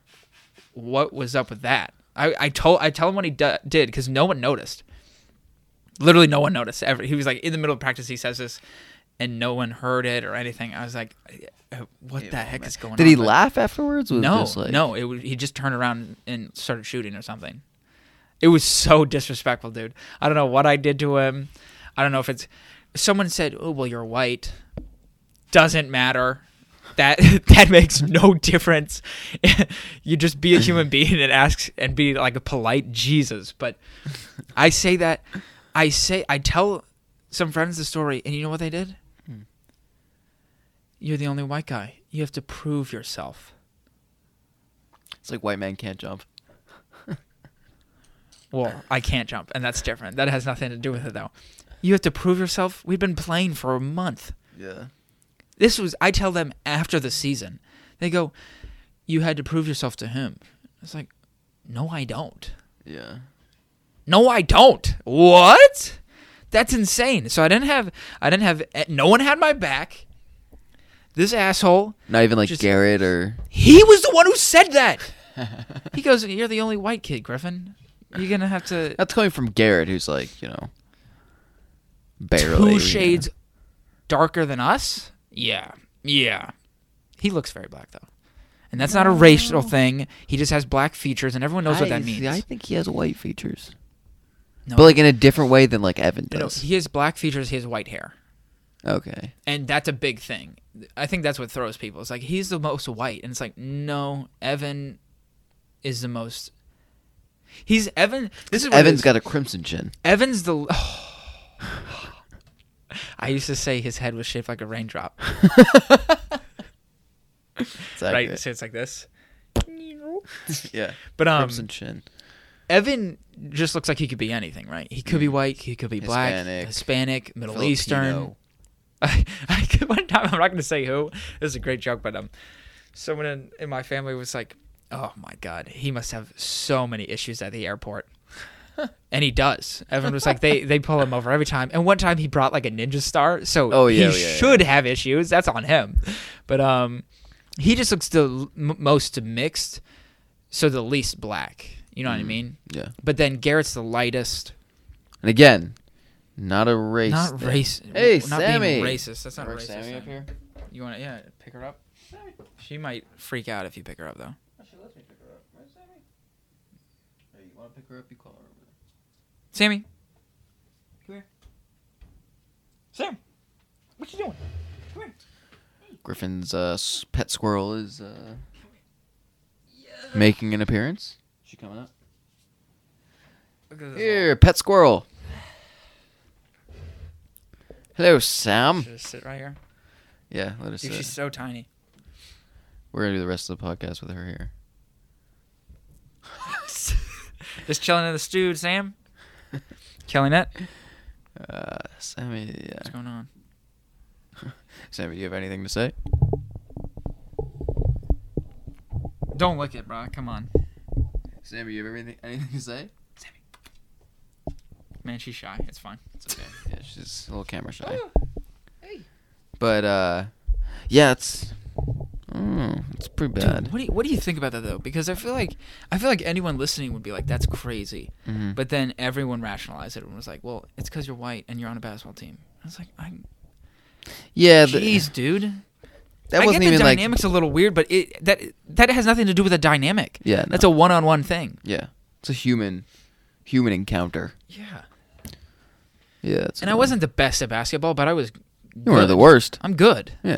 A: what was up with that? I, I told, I tell him what he d- did because no one noticed. Literally, no one noticed. Ever he was like in the middle of practice, he says this, and no one heard it or anything. I was like, uh, what the heck is going on?
B: Did he
A: man?
B: laugh afterwards? Was it
A: No,
B: just like,
A: no. It was, he just turned around and started shooting or something. It was so disrespectful, dude. I don't know what I did to him. I don't know if it's someone said, "Oh, well, you're white." Doesn't matter. That that makes no difference. you just be a human being and ask and be like a polite Jesus. But I say that I say I tell some friends the story, and you know what they did?
B: Hmm.
A: You're the only white guy. You have to prove yourself.
B: It's like white man can't jump.
A: Well, I can't jump, and that's different. That has nothing to do with it, though. You have to prove yourself. We've been playing for a month.
B: Yeah.
A: This was, I tell them after the season. They go, You had to prove yourself to him. It's like, No, I don't.
B: Yeah.
A: No, I don't. What? eh, That's insane. So I didn't have, I didn't have, no one had my back. This asshole,
B: Not even like
A: Just-
B: Garrett or.
A: he was the one who said that. He goes, "You're the only white kid, Griffin. You're gonna have to
B: That's coming from Garrett, who's like you know. Barely
A: two shades darker than us." Yeah, yeah. He looks very black though, and that's not a racial thing. He just has black features, and everyone
B: You know.
A: knows what
B: I-
A: that
B: see,
A: means.
B: I think he has white features,
A: No,
B: but like in a different way than like Evan
A: no, no,
B: does.
A: he has black features. He has white hair.
B: Okay.
A: and that's a big thing. I think that's what throws people. It's like he's the most white, and it's like no, Evan is the most. He's Evan. This is what
B: Evan's
A: has
B: got a crimson chin.
A: Evan's the. I used to say his head was shaped like a raindrop,
B: It's
A: right?
B: accurate.
A: So it's like this.
B: Yeah.
A: But um,
B: crimson chin.
A: Evan just looks like he could be anything, right? He could be white, he could be black,
B: Hispanic,
A: Hispanic, Middle
B: Filipino.
A: Eastern. I, I could one time. I'm not going to say who. This is a great joke, but um, someone in, in my family was like, "Oh my god, he must have so many issues at the airport," and he does. Evan was like, "They they pull him over every time." And one time he brought like a ninja star, so
B: Oh, yeah,
A: he
B: yeah, yeah.
A: should have issues. That's on him, but um, he just looks the l- m- most mixed, so the least black. You know what I mean?
B: Mm, Yeah.
A: But then Garrett's the lightest.
B: And again, not a race.
A: Not
B: thing.
A: race.
B: Hey,
A: not
B: Sammy.
A: Being racist. That's not
B: Remember
A: racist.
B: Sammy
A: man.
B: up here?
A: You want to yeah, pick her up? She might freak out if you pick her up though.
B: She lets me pick her up. Where's Sammy? Hey, you want to pick her up? You call her over there.
A: Sammy. Come here. Sam. What you doing?
B: Griffin's uh, s- pet squirrel is uh, making an appearance. She coming up?
A: Look at this
B: Here, pet squirrel. Hello, Sam.
A: Should just sit right here.
B: Yeah, let us.
A: Dude, she's so tiny.
B: We're gonna do the rest of the podcast with her here.
A: Just chilling in the stew, Sam. Killing it.
B: Uh, Sammy,
A: What's
B: yeah.
A: going on?
B: Sammy, do you have anything to say?
A: Don't lick it, bro. Come on.
B: Sammy, you have everything, anything to say?
A: Man, she's shy. It's fine. It's okay.
B: Yeah, she's a little camera shy.
A: Hey.
B: But uh, yeah, it's mm, it's pretty bad.
A: Dude, what do you, what do you think about that though? Because I feel like I feel like anyone listening would be like, "That's crazy,"
B: Mhm.
A: but then everyone rationalized it and was like, "Well, it's because you're white and you're on a basketball team." I was like, I,
B: yeah, the,
A: "Jeez, dude."
B: that
A: I
B: wasn't
A: get the
B: even like
A: dynamics a little weird, but it that that has nothing to do with a dynamic.
B: yeah,
A: That's a one-on-one thing.
B: yeah, it's a human human encounter.
A: Yeah,
B: Yeah, it's
A: and I
B: annoying.
A: wasn't the best at basketball, but I was.
B: You were
A: good.
B: the worst.
A: I'm good.
B: Yeah,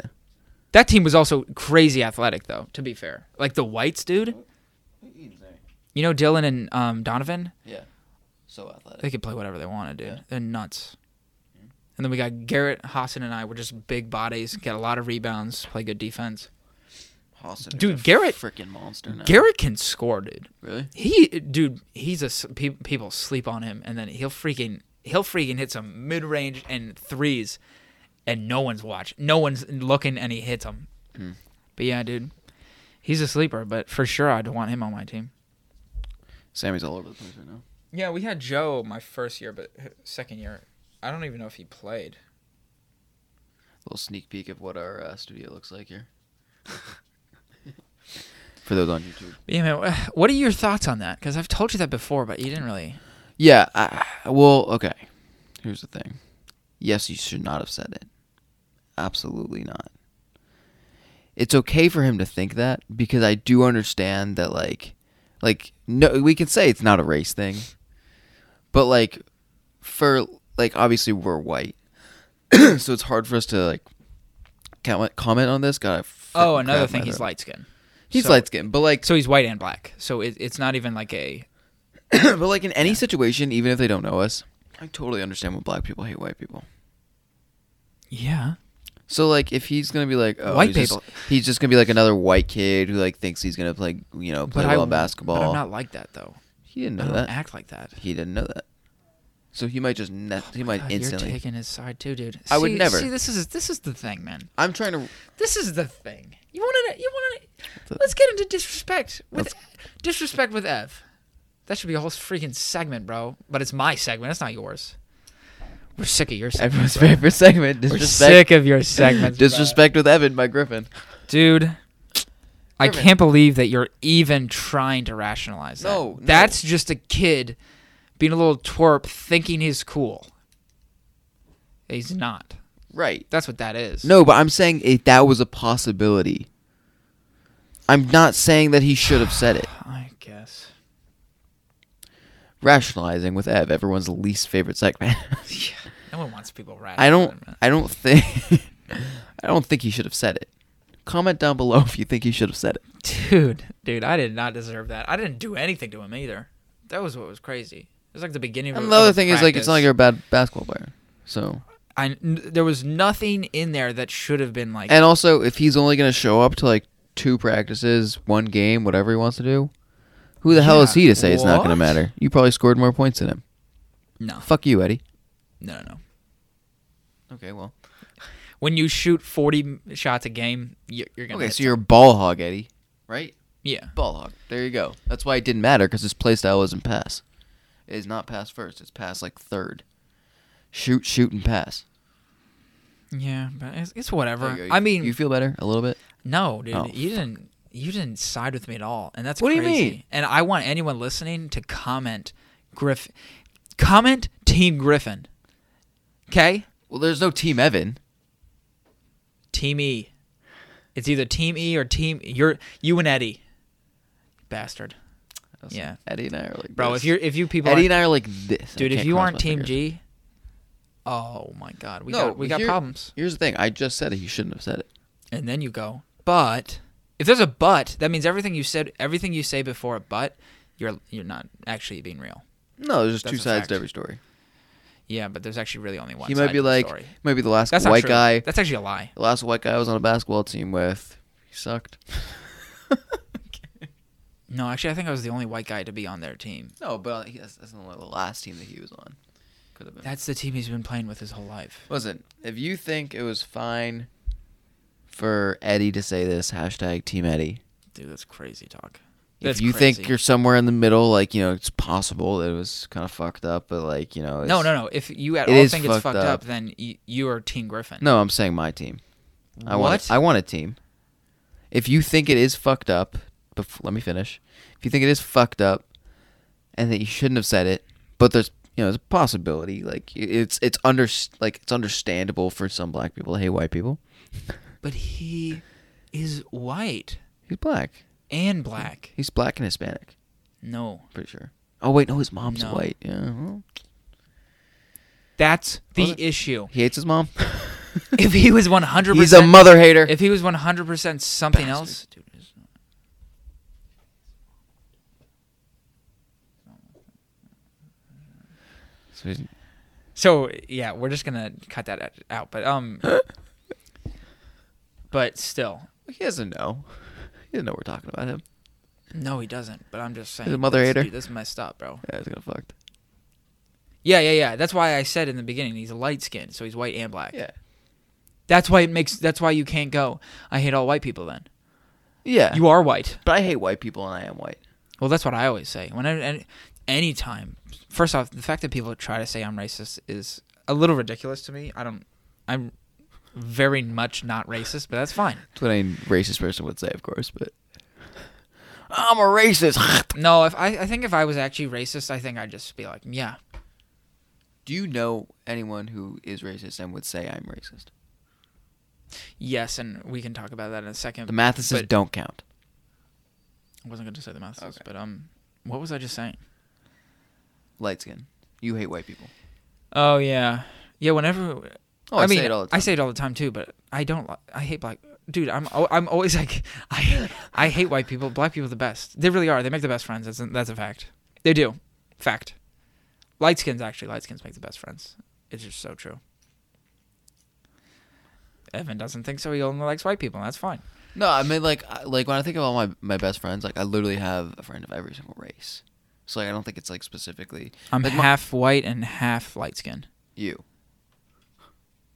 A: That team was also crazy athletic, though. To be fair, like the whites, dude. You know Dylan and um, Donovan.
B: yeah, so athletic.
A: They could play whatever they want to do.
B: Yeah.
A: They're nuts. And then we got Garrett, Hassan, and I. We're just big bodies, get a lot of rebounds, play good defense.
B: Austin is
A: Dude,
B: a
A: Garrett-
B: freaking monster now.
A: Garrett can score, dude.
B: really?
A: He, dude, he's a s- pe- people sleep on him, and then he'll freaking he'll freaking hit some mid range and threes, and no one's watch, no one's looking, and he hits them.
B: Hmm.
A: But yeah, dude, he's a sleeper. But for sure, I'd want him on my team.
B: Sammy's all over the place right now.
A: Yeah, we had Joe my first year, but uh, second year, I don't even know if he played.
B: little sneak peek of what our uh, studio looks like here. For those on YouTube.
A: Yeah, man. wha- What are your thoughts on that? Because I've told you that before, but you didn't really.
B: Yeah. I, well, okay. Here's the thing. Yes, you should not have said it. Absolutely not. It's okay for him to think that because I do understand that, like, like no, we can say it's not a race thing, but like, for like, obviously we're white, so it's hard for us to like comment comment on this. God, I
A: Oh,
B: frickin'
A: another
B: crap
A: thing.
B: my
A: He's
B: throat.
A: light skinned
B: He's
A: so-
B: light skinned, but like,
A: so he's white and black. So it, it's not even like a.
B: but like in any situation, even if they don't know us, I totally understand when black people hate white people.
A: Yeah.
B: So like, if he's gonna be like, oh,
A: White
B: he's just-
A: people.
B: he's just gonna be like another white kid who like thinks he's gonna play, you know, play well in basketball.
A: But I'm not like that though.
B: he didn't
A: I
B: know
A: don't
B: that.
A: act like that.
B: He didn't know that. So he might just net. he might
A: Oh God,
B: instantly.
A: You're taking his side too, dude.
B: I would
A: See-
B: never.
A: See, this is this is the thing, man.
B: I'm trying to.
A: This is the thing. You want to? You want to?
B: The-
A: Let's get into disrespect with disrespect with Ev. That should be a whole freaking segment, bro. But it's my segment. It's not yours. We're sick of your segments.
B: Everyone's
A: bro.
B: favorite segment.
A: We're
B: Disrespect.
A: sick of your segments, bro.
B: Disrespect with Evan by Griffin.
A: dude. I
B: Griffin.
A: can't believe that you're even trying to rationalize that.
B: No, no.
A: That's just a kid being a little twerp thinking he's cool. He's not.
B: Right.
A: That's what that is.
B: No, but I'm saying it, that was a possibility. I'm not saying that he should have said it.
A: I guess.
B: Rationalizing with Ev, everyone's least favorite segment.
A: Yeah. No one wants people rationalizing.
B: I don't.
A: that.
B: I don't think. I don't think he should have said it. Comment down below if you think he should have said it.
A: Dude, dude, I did not deserve that. I didn't do anything to him either. That was what was crazy. It was like the beginning. of
B: And
A: a-
B: the other
A: of a
B: thing is like it's not like
A: practice.
B: you're a bad basketball player. So
A: I n- there was nothing in there that should have been like.
B: and also if he's only gonna show up to like two practices, one game, whatever he wants to do, who the hell is
A: Yeah.
B: he to say it's not gonna
A: What?
B: matter? You probably scored more points than him.
A: no,
B: Fuck you, Eddie.
A: no, no, no.
B: Okay, well.
A: When you shoot forty m- shots a game, you're, you're gonna.
B: Okay,
A: hit
B: so you're a ball hog, Eddie. Right?
A: some- yeah.
B: Ball hog. There you go. That's why it didn't matter because his play style isn't pass. It is not pass first. It's pass like third. Shoot, shoot, and pass.
A: Yeah, but it's, it's
B: There
A: whatever.
B: you go.
A: I
B: You-
A: mean,
B: you feel better a little bit.
A: no, dude,
B: uh, Oh,
A: you didn't. You didn't side with me at all, and that's
B: What do you
A: crazy.
B: mean?
A: And I want anyone listening to comment, Griff, comment Team Griffin, okay?
B: Well, there's no team Evan.
A: Team E. It's either Team E or Team you're you and Eddie. Bastard. Yeah.
B: Eddie and I are like,
A: Bro,
B: this.
A: if you're if you people
B: Eddie
A: aren't-
B: and I are like this. I
A: dude, if
B: can't
A: you
B: cross
A: aren't
B: my
A: Team
B: fingers.
A: G, oh my god, we
B: No,
A: got we got
B: here-
A: problems.
B: Here's the thing. I just said it. He shouldn't have said it.
A: And then you go, but if there's a but, that means everything you said everything you say before a but, you're you're not actually being real.
B: No, there's just
A: That's a
B: two sides
A: fact.
B: to every story.
A: Yeah, but there's actually really only one.
B: He
A: side
B: might be
A: to the
B: like,
A: story.
B: might be the last
A: that's not
B: white
A: true.
B: guy.
A: That's actually a lie.
B: The last white guy I was on a basketball team with. He sucked.
A: No, actually, I think I was the only white guy to be on their team.
B: No, but he- that's, that's not the last team that he was on. Could have been.
A: That's the team he's been playing with his whole life.
B: Listen, if you think it was fine for Eddie to say this, hashtag Team Eddie.
A: Dude, that's crazy talk. That's
B: If you
A: crazy.
B: think you're somewhere in the middle, like you know, it's possible that it was kind of fucked up, but like you know, it's,
A: No, no, no. If you at
B: It
A: all
B: is
A: think it's
B: fucked
A: fucked up,
B: up.
A: then you, you are Team Griffin.
B: No, I'm saying my team. I want.
A: What?
B: I want a team. If you think it is fucked up, bef- let me finish. If you think it is fucked up, and that you shouldn't have said it, but there's you know it's a possibility. Like i- it's it's under like it's understandable for some black people to hate white people.
A: But he is white
B: He's black.
A: and black.
B: He's black and Hispanic.
A: No.
B: Pretty sure. Oh wait, no, his mom's
A: No.
B: white. Yeah. well,
A: That's the
B: Wasn't-
A: issue.
B: he hates his mom.
A: If he was 100%.
B: He's a mother hater.
A: If he was 100% something
B: Bastard.
A: else.
B: So he's-
A: So, yeah, we're just going to cut that out. But, um. but still.
B: he doesn't know. He doesn't know we're talking about him.
A: No, he doesn't. But I'm just saying.
B: a mother
A: that's-
B: hater.
A: Dude, that's messed up, bro.
B: Yeah, he's gonna fucked.
A: Yeah, yeah, yeah. That's why I said in the beginning he's light skinned, so he's white and black.
B: Yeah.
A: That's why it makes. That's why you can't go. I hate all white people. Then
B: Yeah.
A: you are white.
B: but I hate white people and I am white.
A: Well, that's what I always say. When I, any, anytime, first off, the fact that people try to say I'm racist is a little ridiculous to me. I don't. I'm very much not racist, but that's fine.
B: That's what any racist person would say, of course, but I'm a racist.
A: No, if I, I think if I was actually racist, I think I'd just be like, yeah,
B: Do you know anyone who is racist and would say I'm racist?
A: yes, and we can talk about that in a second.
B: The Matheses
A: Um, but-
B: don't count.
A: I wasn't going to say the math,
B: Okay.
A: but um, what was I just saying?
B: Light skin. You hate white people.
A: Oh yeah, yeah. Whenever
B: Oh,
A: I,
B: I,
A: mean,
B: say it all the time.
A: I say it all the time too, but I don't. li- I hate black. Dude, I'm al- I'm always like, I I hate white people. Black people are the best. They really are. They make the best friends. That's a, that's a fact. They do. Fact. Light skins actually. Light skins make the best friends. It's just so true. Evan doesn't think so. He only likes white people. and That's fine.
B: no, I mean like I- like when I think of all my my best friends, like I literally have a friend of every single race. So like I don't think it's like specifically
A: I'm
B: Like my-
A: half white and half light skin.
B: you.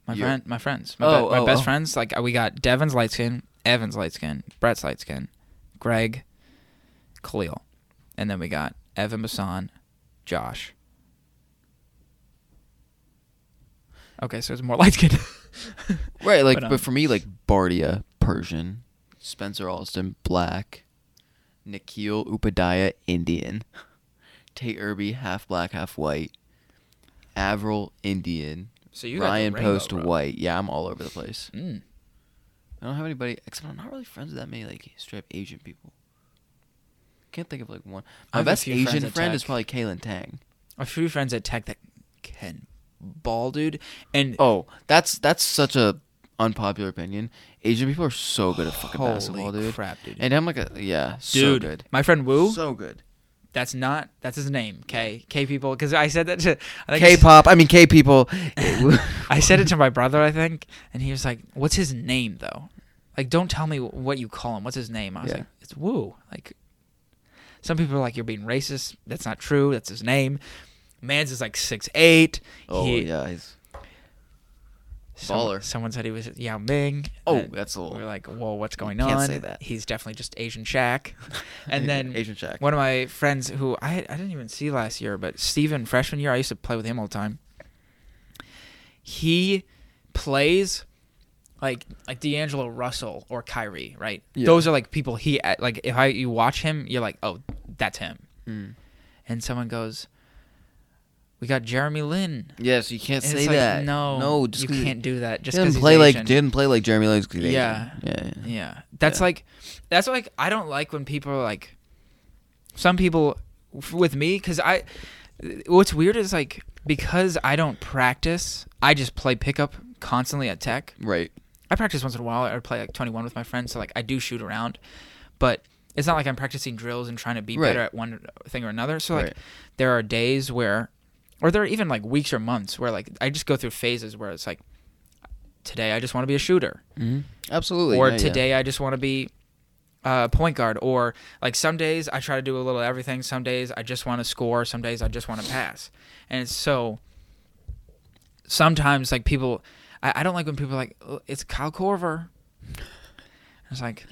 A: My
B: You-
A: friend, my friends, my,
B: Oh,
A: be- my
B: oh,
A: best
B: oh.
A: friends. Like uh, we got Devin's light skin, Evan's light skin, Brett's light skin, Greg, Khalil, and then we got Evan Bassan, Josh. Okay, so it's more light skinned.
B: Right, like,
A: But,
B: but,
A: um,
B: for me, like Bardia, Persian, Spencer Alston, Black, Nikhil Upadhyaya, Indian, Tate Irby, half black, half white, Avril, Indian,
A: So you got the
B: Ryan
A: rainbow,
B: Post,
A: bro.
B: white. Yeah, I'm all over the place.
A: Mm.
B: I don't have anybody, except I'm not really friends with that many like straight up Asian people. Can't think of like one.
A: I
B: My
A: have a
B: best
A: few friends
B: Asian
A: at
B: friend is
A: Tech.
B: probably Kaylin Tang.
A: A few friends at Tech that can ball, dude, and
B: Oh, that's that's such a unpopular opinion. Asian people are so good at fucking
A: Holy
B: basketball, dude.
A: crap, dude.
B: And I'm like, a, yeah,
A: dude,
B: so good,
A: my friend Wu.
B: so good.
A: that's not that's his name. K K people because I said that to I think-
B: K-pop, I mean K people.
A: I said it to my brother, I think, and he was like, "What's his name, though? Like, don't tell me wh- what you call him. What's his name?" I was
B: Yeah.
A: like, "It's Woo." Like, some people are like, "You're being racist. That's not true. That's his name." Mans is like six eight.
B: oh yeah, he's, baller.
A: Someone said he was Yao Ming.
B: Oh,
A: and
B: that's a little-
A: We're like, "Whoa, what's going
B: can't
A: on?"
B: say that.
A: He's definitely just Asian Shaq. And then
B: Asian Shaq.
A: One of my friends who I I didn't even see last year, but Steven, freshman year, I used to play with him all the time. He plays like like D'Angelo Russell or Kyrie, right?
B: Yeah.
A: Those are like people he like if I you watch him, you're like, "Oh, that's him."
B: Hmm.
A: And someone goes, "We got Jeremy Lin."
B: yes, you can't
A: And
B: say
A: it's like,
B: that.
A: No,
B: no, just
A: you
B: 'cause
A: can't do that. Just because
B: didn't play like didn't play like Jeremy Lin's. 'cause he's Asian.
A: Yeah.
B: yeah, yeah.
A: yeah, that's
B: Yeah.
A: like, that's like I don't like when people are like, some people f- with me because I, what's weird is like because I don't practice, I just play pickup constantly at Tech.
B: Right.
A: I practice once in a while. I play like 21 with my friends, so like I do shoot around, but it's not like I'm practicing drills and trying to be
B: Right.
A: better at one thing or another. So like
B: Right.
A: there are days where, or there are even like weeks or months where like I just go through phases where it's like, today I just want to be a shooter,
B: hmm Absolutely.
A: or
B: yeah, yeah.
A: today I just want to be a point guard, or like some days I try to do a little of everything. Some days I just want to score. Some days I just want to pass, and it's so sometimes like people I, I don't like when people are like "Oh, it's Kyle Corver. It's like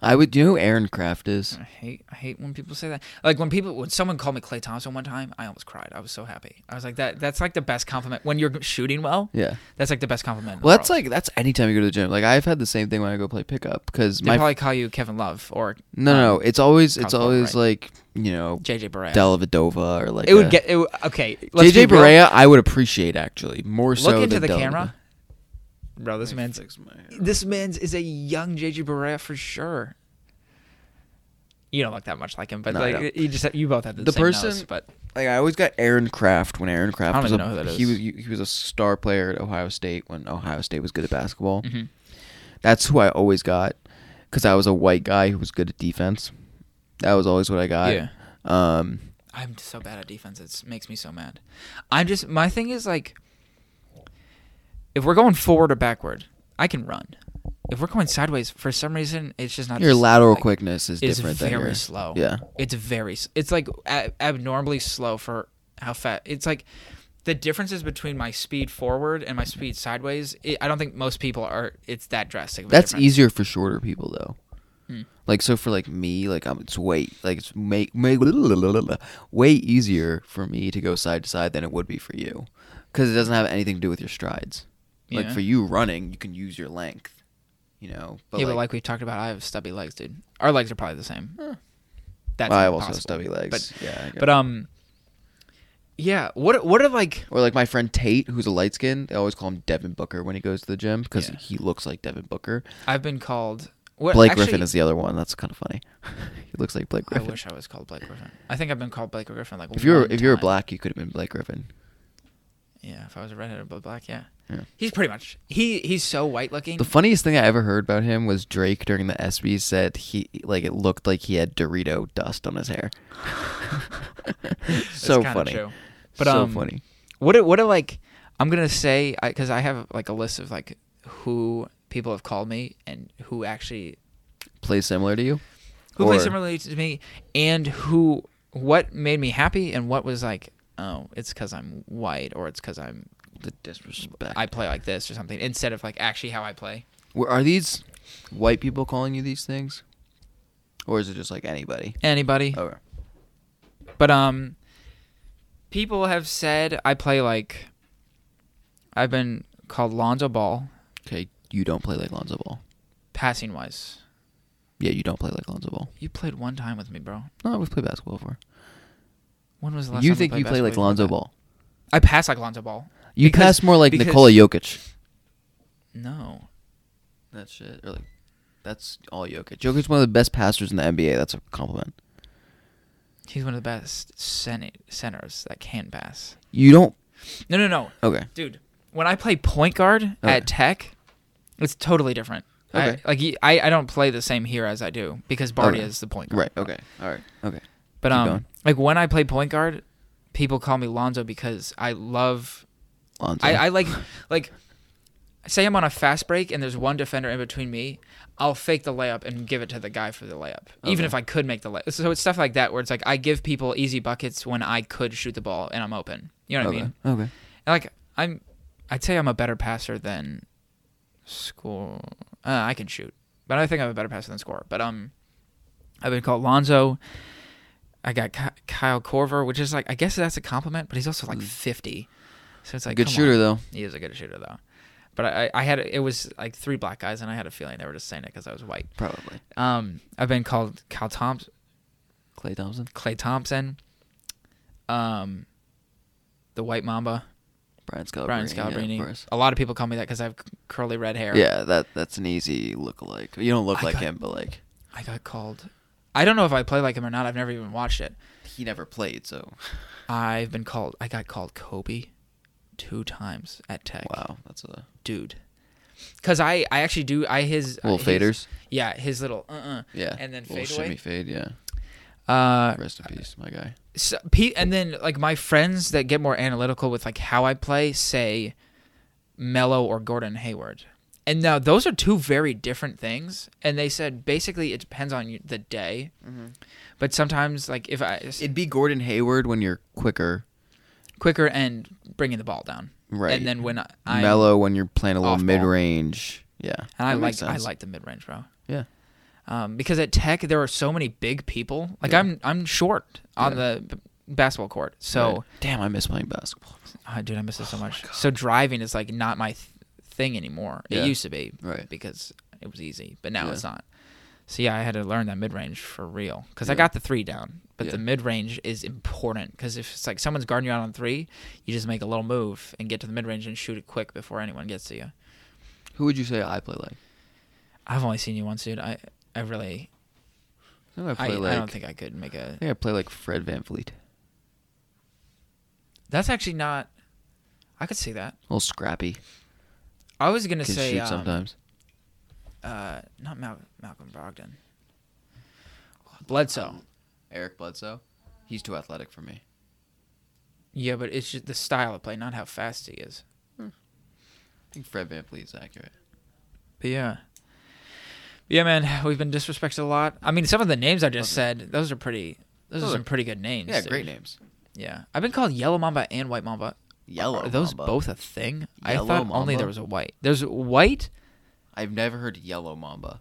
B: I would. do You know who Aaron Kraft is?
A: I hate I hate when people say that. Like when people when someone called me Clay Thompson one time, I almost cried. I was so happy. I was like that that's like the best compliment when you're shooting well.
B: Yeah.
A: That's like the best compliment. in the
B: Well, that's
A: world.
B: like that's anytime you go to the gym. Like I've had the same thing when I go play pickup because
A: they
B: my
A: probably call you Kevin Love or
B: no no it's always it's
A: Kyle Korver, right.
B: always like you know
A: JJ Barrett.
B: Dellavedova or like
A: it would
B: a-
A: get it, would- okay. let's
B: JJ
A: be real.
B: Barea, I would appreciate actually more so
A: Look into
B: than
A: the
B: Della
A: camera.
B: Vedova.
A: Bro, this man's this man's is a young JJ Barea for sure. You don't look that much like him, but
B: No, I
A: like
B: don't.
A: you just you both have the,
B: The
A: same nose,
B: person-
A: but
B: Like I always got Aaron Kraft when Aaron Kraft
A: I don't
B: was
A: even
B: a,
A: know who that
B: he
A: is.
B: was he was a star player at Ohio State when Ohio State was good at basketball.
A: Mm-hmm.
B: That's who I always got because I was a white guy who was good at defense. That was always what I got.
A: Yeah.
B: Um.
A: I'm so bad at defense. It makes me so mad. I'm just my thing is like, if we're going forward or backward, I can run. If we're going sideways, for some reason, it's just not
B: Your
A: the same,
B: lateral
A: like,
B: quickness is
A: is
B: different than
A: very
B: your,
A: slow.
B: Yeah.
A: It's very. s- It's like a- abnormally slow for how fast. It's like the differences between my speed forward and my speed sideways. It, I don't think most people are. It's that drastic. of a
B: That's
A: difference.
B: easier for shorter people though.
A: Hmm.
B: Like so for like me, like I'm it's way like it's may, may, way easier for me to go side to side than it would be for you, because it doesn't have anything to do with your strides. Like
A: Yeah.
B: for you running, you can use your length, you know. But
A: yeah,
B: like,
A: but like we talked about, I have stubby legs, dude. Our legs are probably the same. That's
B: I
A: not
B: also have
A: possible.
B: stubby legs.
A: But,
B: yeah, I get
A: but
B: it.
A: um, yeah. What what are like?
B: or like my friend Tate, who's a light skin, they always call him Devin Booker when he goes to the gym because
A: Yeah.
B: he looks like Devin Booker.
A: I've been called. What,
B: Blake
A: actually,
B: Griffin is the other one. That's kind of funny. he looks like Blake
A: I
B: Griffin.
A: wish I was called Blake Griffin. I think I've been called Blake Griffin like.
B: if you were
A: one
B: if you were
A: time.
B: black, you could have been Blake Griffin.
A: Yeah, if I was a redhead but black, yeah.
B: Yeah.
A: He's pretty much he he's so white looking.
B: The funniest thing I ever heard about him was Drake during the ESPYS said he like it looked like he had Dorito dust on his hair.
A: It's
B: so
A: kinda
B: funny.
A: true. But
B: so
A: um,
B: funny.
A: what are, what are like I'm gonna say because I, have like a list of like who people have called me and who actually
B: Play similar to you?
A: who played
B: Or-
A: similarly to me and who what made me happy and what was like oh it's because I'm white or it's because I'm
B: The disrespect.
A: I play like this or something instead of like actually how I play.
B: Were- Are these white people calling you these things? Or is it just like anybody?
A: Anybody?
B: Okay.
A: But um, people have said I play like. I've been called Lonzo Ball,
B: Okay, you don't play like Lonzo Ball.
A: passing wise.
B: Yeah, you don't play like Lonzo Ball.
A: You played one time with me, bro.
B: No, we've played basketball before.
A: When was the last
B: you
A: time we
B: think
A: played
B: you play like
A: basketball?
B: Lonzo Ball?
A: I pass like Lonzo Ball.
B: You
A: Because-
B: pass more like
A: because-
B: Nikola Jokic.
A: No.
B: That's shit. Or like, that's all Jokic. Jokic's one of the best passers in the NBA. That's a compliment.
A: He's one of the best cen- centers that can pass.
B: You don't.
A: No, no, no.
B: Okay.
A: Dude, when I play point guard
B: Okay.
A: at Tech, it's totally different.
B: Okay.
A: I, like y- I, I don't play the same here as I do because Bardia
B: Okay.
A: is the point guard.
B: Right. Okay. All right. Okay.
A: But
B: Keep
A: um,
B: going.
A: like when I play point guard, people call me Lonzo because I love.
B: Lonzo.
A: I, I like like. Say I'm on a fast break and there's one defender in between me, I'll fake the layup and give it to the guy for the layup, even
B: Okay.
A: if I could make the layup. So it's stuff like that where it's like I give people easy buckets when I could shoot the ball and I'm open. You know what
B: okay.
A: I mean?
B: Okay.
A: And, like I'm, I'd say I'm a better passer than score. Uh, I can shoot, but I think I'm a better passer than scorer. But um, I've been called Lonzo. I got Ky- Kyle Corver, which is like I guess that's a compliment, but he's also like
B: Mm.
A: fifty, so it's like
B: Good
A: come
B: shooter
A: on.
B: though.
A: He is a good shooter though. But I, I had it was like three black guys, and I had a feeling they were just saying it because I was white.
B: Probably.
A: Um, I've been called Cal Thompson,
B: Clay Thompson.
A: Clay Thompson, um, the White Mamba.
B: Brian Scalabrine.
A: Brian
B: Yeah,
A: Scalabrine.
B: of course.
A: a lot of people call me that because I have c- curly red hair.
B: Yeah, that that's an easy look-alike. You don't look
A: I
B: like
A: got-
B: him, but like
A: I got called. I don't know if I play like him or not. I've never even watched it.
B: he never played, so
A: I've been called. I got called Kobe two times at Tech,
B: wow, that's a
A: dude. Because I, I actually do. I his
B: little
A: his-
B: faders.
A: Yeah, his little uh uh
B: uh, Yeah,
A: and then
B: little
A: fade
B: shimmy
A: away.
B: fade. Yeah,
A: Uh,
B: rest in peace, my guy.
A: so, Pete, and then like my friends that get more analytical with like how I play say Mello or Gordon Hayward. And now those are two very different things. And they said basically it depends on you- the day.
B: Mm-hmm.
A: But sometimes like if I it's
B: It'd be Gordon Hayward when you're quicker,
A: quicker and bringing the ball down.
B: right?
A: And then when I I'm,
B: mellow when you're playing a little
A: off ball.
B: mid-range. Yeah,
A: and I
B: that makes
A: like I
B: sense.
A: like the mid range, bro.
B: Yeah.
A: Um, because at Tech there are so many big people. Like
B: Yeah.
A: I'm I'm short on the b- basketball court. So
B: Right. damn, I miss playing basketball.
A: Ah, dude, I miss
B: Oh
A: it so much. So driving is like not my th- thing anymore.
B: Yeah.
A: It used to be
B: Right.
A: because it was easy, but now
B: Yeah.
A: it's not. So yeah, I had to learn that mid range for real because I
B: Yeah.
A: got the three down, but
B: Yeah.
A: the mid range is important because if it's like someone's guarding you out on three, you just make a little move and get to the mid range and shoot it quick before anyone gets to you.
B: Who would you say I play like?
A: I've only seen you once, dude. I I really
B: I think I
A: I,
B: play like.
A: I don't think I could make a.
B: I think I play like Fred Van Fleet.
A: That's actually not. I could see that.
B: A little scrappy.
A: I was gonna
B: Can
A: say
B: shoot
A: um,
B: sometimes.
A: uh, not Mal- Malcolm Brogdon. Bledsoe.
B: Eric Bledsoe. He's too athletic for me.
A: Yeah, but it's just the style of play, not how fast he is.
B: I think Fred Van Fleet is accurate.
A: But yeah. Yeah, man, we've been disrespected a lot. I mean, some of the names I just said, those are pretty. Those,
B: Those
A: are
B: are-
A: some pretty good names.
B: Yeah,
A: dude.
B: great names.
A: Yeah, I've been called Yellow Mamba and White Mamba.
B: Yellow.
A: Are those
B: Mamba.
A: both a thing? I
B: Yellow
A: thought only
B: Mamba?
A: there was a white. There's white.
B: I've never heard Yellow Mamba.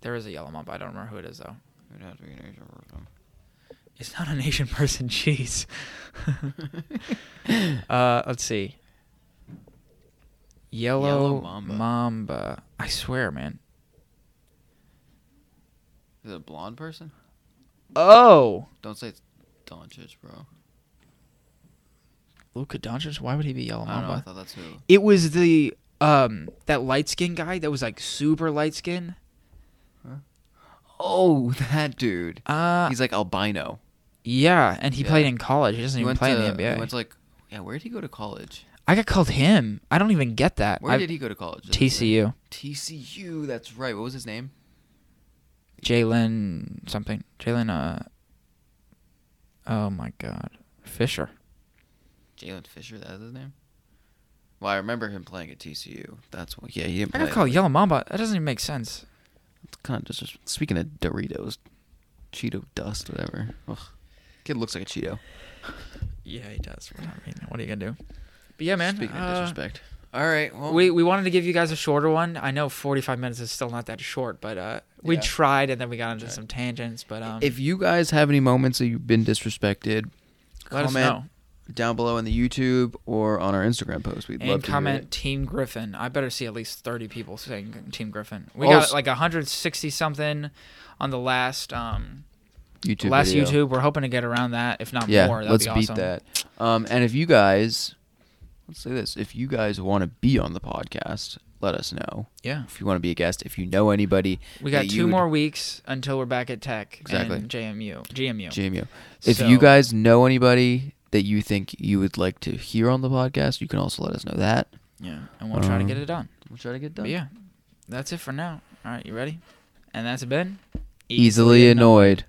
A: There is a Yellow Mamba. I don't remember who it is though. It's not an Asian person. Jeez. uh, let's see. Yellow,
B: Yellow
A: Mamba.
B: Mamba.
A: I swear, man.
B: Is it a blonde person?
A: Oh,
B: Don't say it's Doncic, bro.
A: Luka Doncic. Why would he be Yellow
B: I don't know. I
A: Mamba?
B: thought that's who.
A: It was the um that light skin guy that was like super light skin.
B: Oh, that dude.
A: Uh,
B: Ah. He's like albino.
A: yeah, and he
B: Yeah.
A: played in college. He doesn't even play
B: to,
A: in the
B: He
A: NBA.
B: went to like, yeah. Where did he go to college?
A: I got called him. I don't even get that.
B: Where
A: I-
B: did he go to college?
A: TCU.
B: TCU. That's right. What was his name?
A: Jalen something. Jalen. Uh. Oh my God, Fisher.
B: Jalen Fisher. That's his name. Well, I remember him playing at TCU. That's what. Yeah, he didn't.
A: I
B: play
A: got called
B: at-
A: Yellow Mamba. That doesn't even make sense.
B: It's kind of just speaking of Doritos, Cheeto dust, whatever. Ugh. Kid looks like a Cheeto.
A: Yeah, he does. What, I mean, what are you gonna do? But yeah, man.
B: Speaking
A: uh,
B: of disrespect. All right. Well,
A: We we wanted to give you guys a shorter one. I know 45 minutes is still not that short, but uh, we
B: Yeah.
A: tried and then we got into some tangents. But um,
B: if you guys have any moments that you've been disrespected,
A: let us
B: comment
A: know.
B: down below in the YouTube or on our Instagram post. We'd love
A: and
B: to hear
A: comment
B: it.
A: Team Griffin. I better see at least thirty people saying Team Griffin. We
B: Also-
A: got like hundred sixty something on the last um
B: YouTube
A: last
B: video.
A: YouTube. We're hoping to get around that, if not
B: Yeah,
A: more. That'd
B: let's
A: be
B: beat
A: awesome.
B: that. Um, and if you guys, let's say this: if you guys want to be on the podcast, let us know.
A: Yeah.
B: If you want to be a guest, if you know anybody,
A: We got
B: that you
A: two
B: would-
A: more weeks until we're back at Tech
B: Exactly.
A: and JMU. GMU.
B: JMU. If
A: So-
B: you guys know anybody that you think you would like to hear on the podcast, you can also let us know that.
A: yeah. And we'll try to get
B: Um,
A: it done.
B: We'll try to get
A: But yeah, that's it for now. All right, you ready? And that's been
B: Easily annoyed.